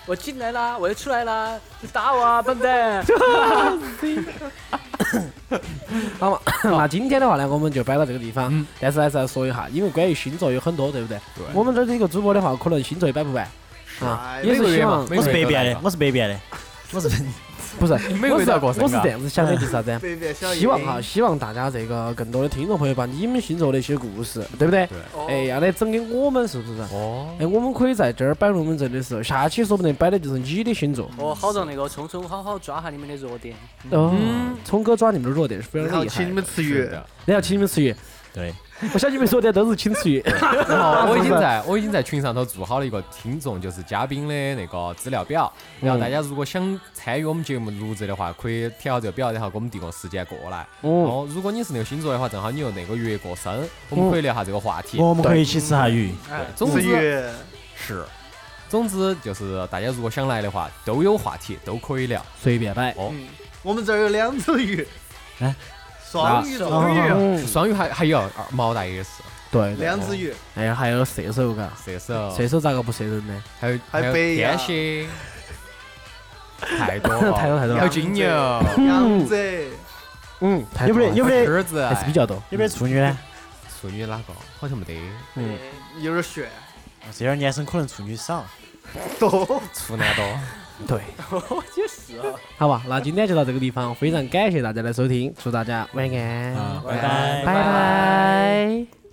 我进来啦，我又出来啦，你打我啊，笨 蛋！
好嘛， 那今天的话呢，我们就摆到这个地方，但是还是要说一下，因为关于星座有很多，对不对？我们这儿这个主播的话，可能星座也摆不完啊，也是希望
每
我
个
是
月都
北
来
边
了
的，我是北边的，我是
不是，
每个
我
月
是
都要过生
我是
日啊
这样子想的，就是啥 子？
随便小
希望哈，希望大家这个更多的听众朋友把你们星座的一些故事，对不对？
哦
对
哎，要来整给我们，是不是？
哦，
哎，我们可以在这儿摆龙门阵的时候，下期说不定摆的就是你的星座。
哦，好让那个聪聪好好抓下你们的弱点。
哦，聪哥抓你们的弱点是非
然
常
后
厉害
请你
的。
们吃
是
鱼，
的。
然后请你们吃鱼，
对，
我想你们说的都是请 吃鱼。
然后哦 我已经在我已经在群上头做好了一个听众就是嘉宾的那个资料表，
嗯
然后大家如果想参与我们节目录制的话，可以填好这个表，然后给我们定个时间过来。
哦，
哦，如果你是那个星座的话，正好你又那个月过生，我
嗯
们可以聊下这个话题。
哦
我们可以一起吃下鱼，
哎，
总
吃
之
鱼，
是，总之就是大家如果想来的话，都有话题，都可以聊。
随便摆。
哦我们这儿有两只鱼，
哎，
双鱼、啊双鱼，
嗯，
双鱼还还有二毛蛋也是，
对的。
两只鱼，
哎呀，还有射手嘎，
射手，
射手咋个不射人呢？
还有
还有
有
北
天
洋
蝎，太多了，
太多太多了
还 有金牛，
羊子，
嗯，
有没得有没得
狮子，
哎还是比较多。
有没有处女呢？
处女哪个？好像没得，
嗯，
有点炫，
这点年生可能处女少，
多。
处男多。
对。
也是啊。
好吧，那今天就到这个地方，非常感谢大家的收听，祝大家晚安，
拜拜
拜拜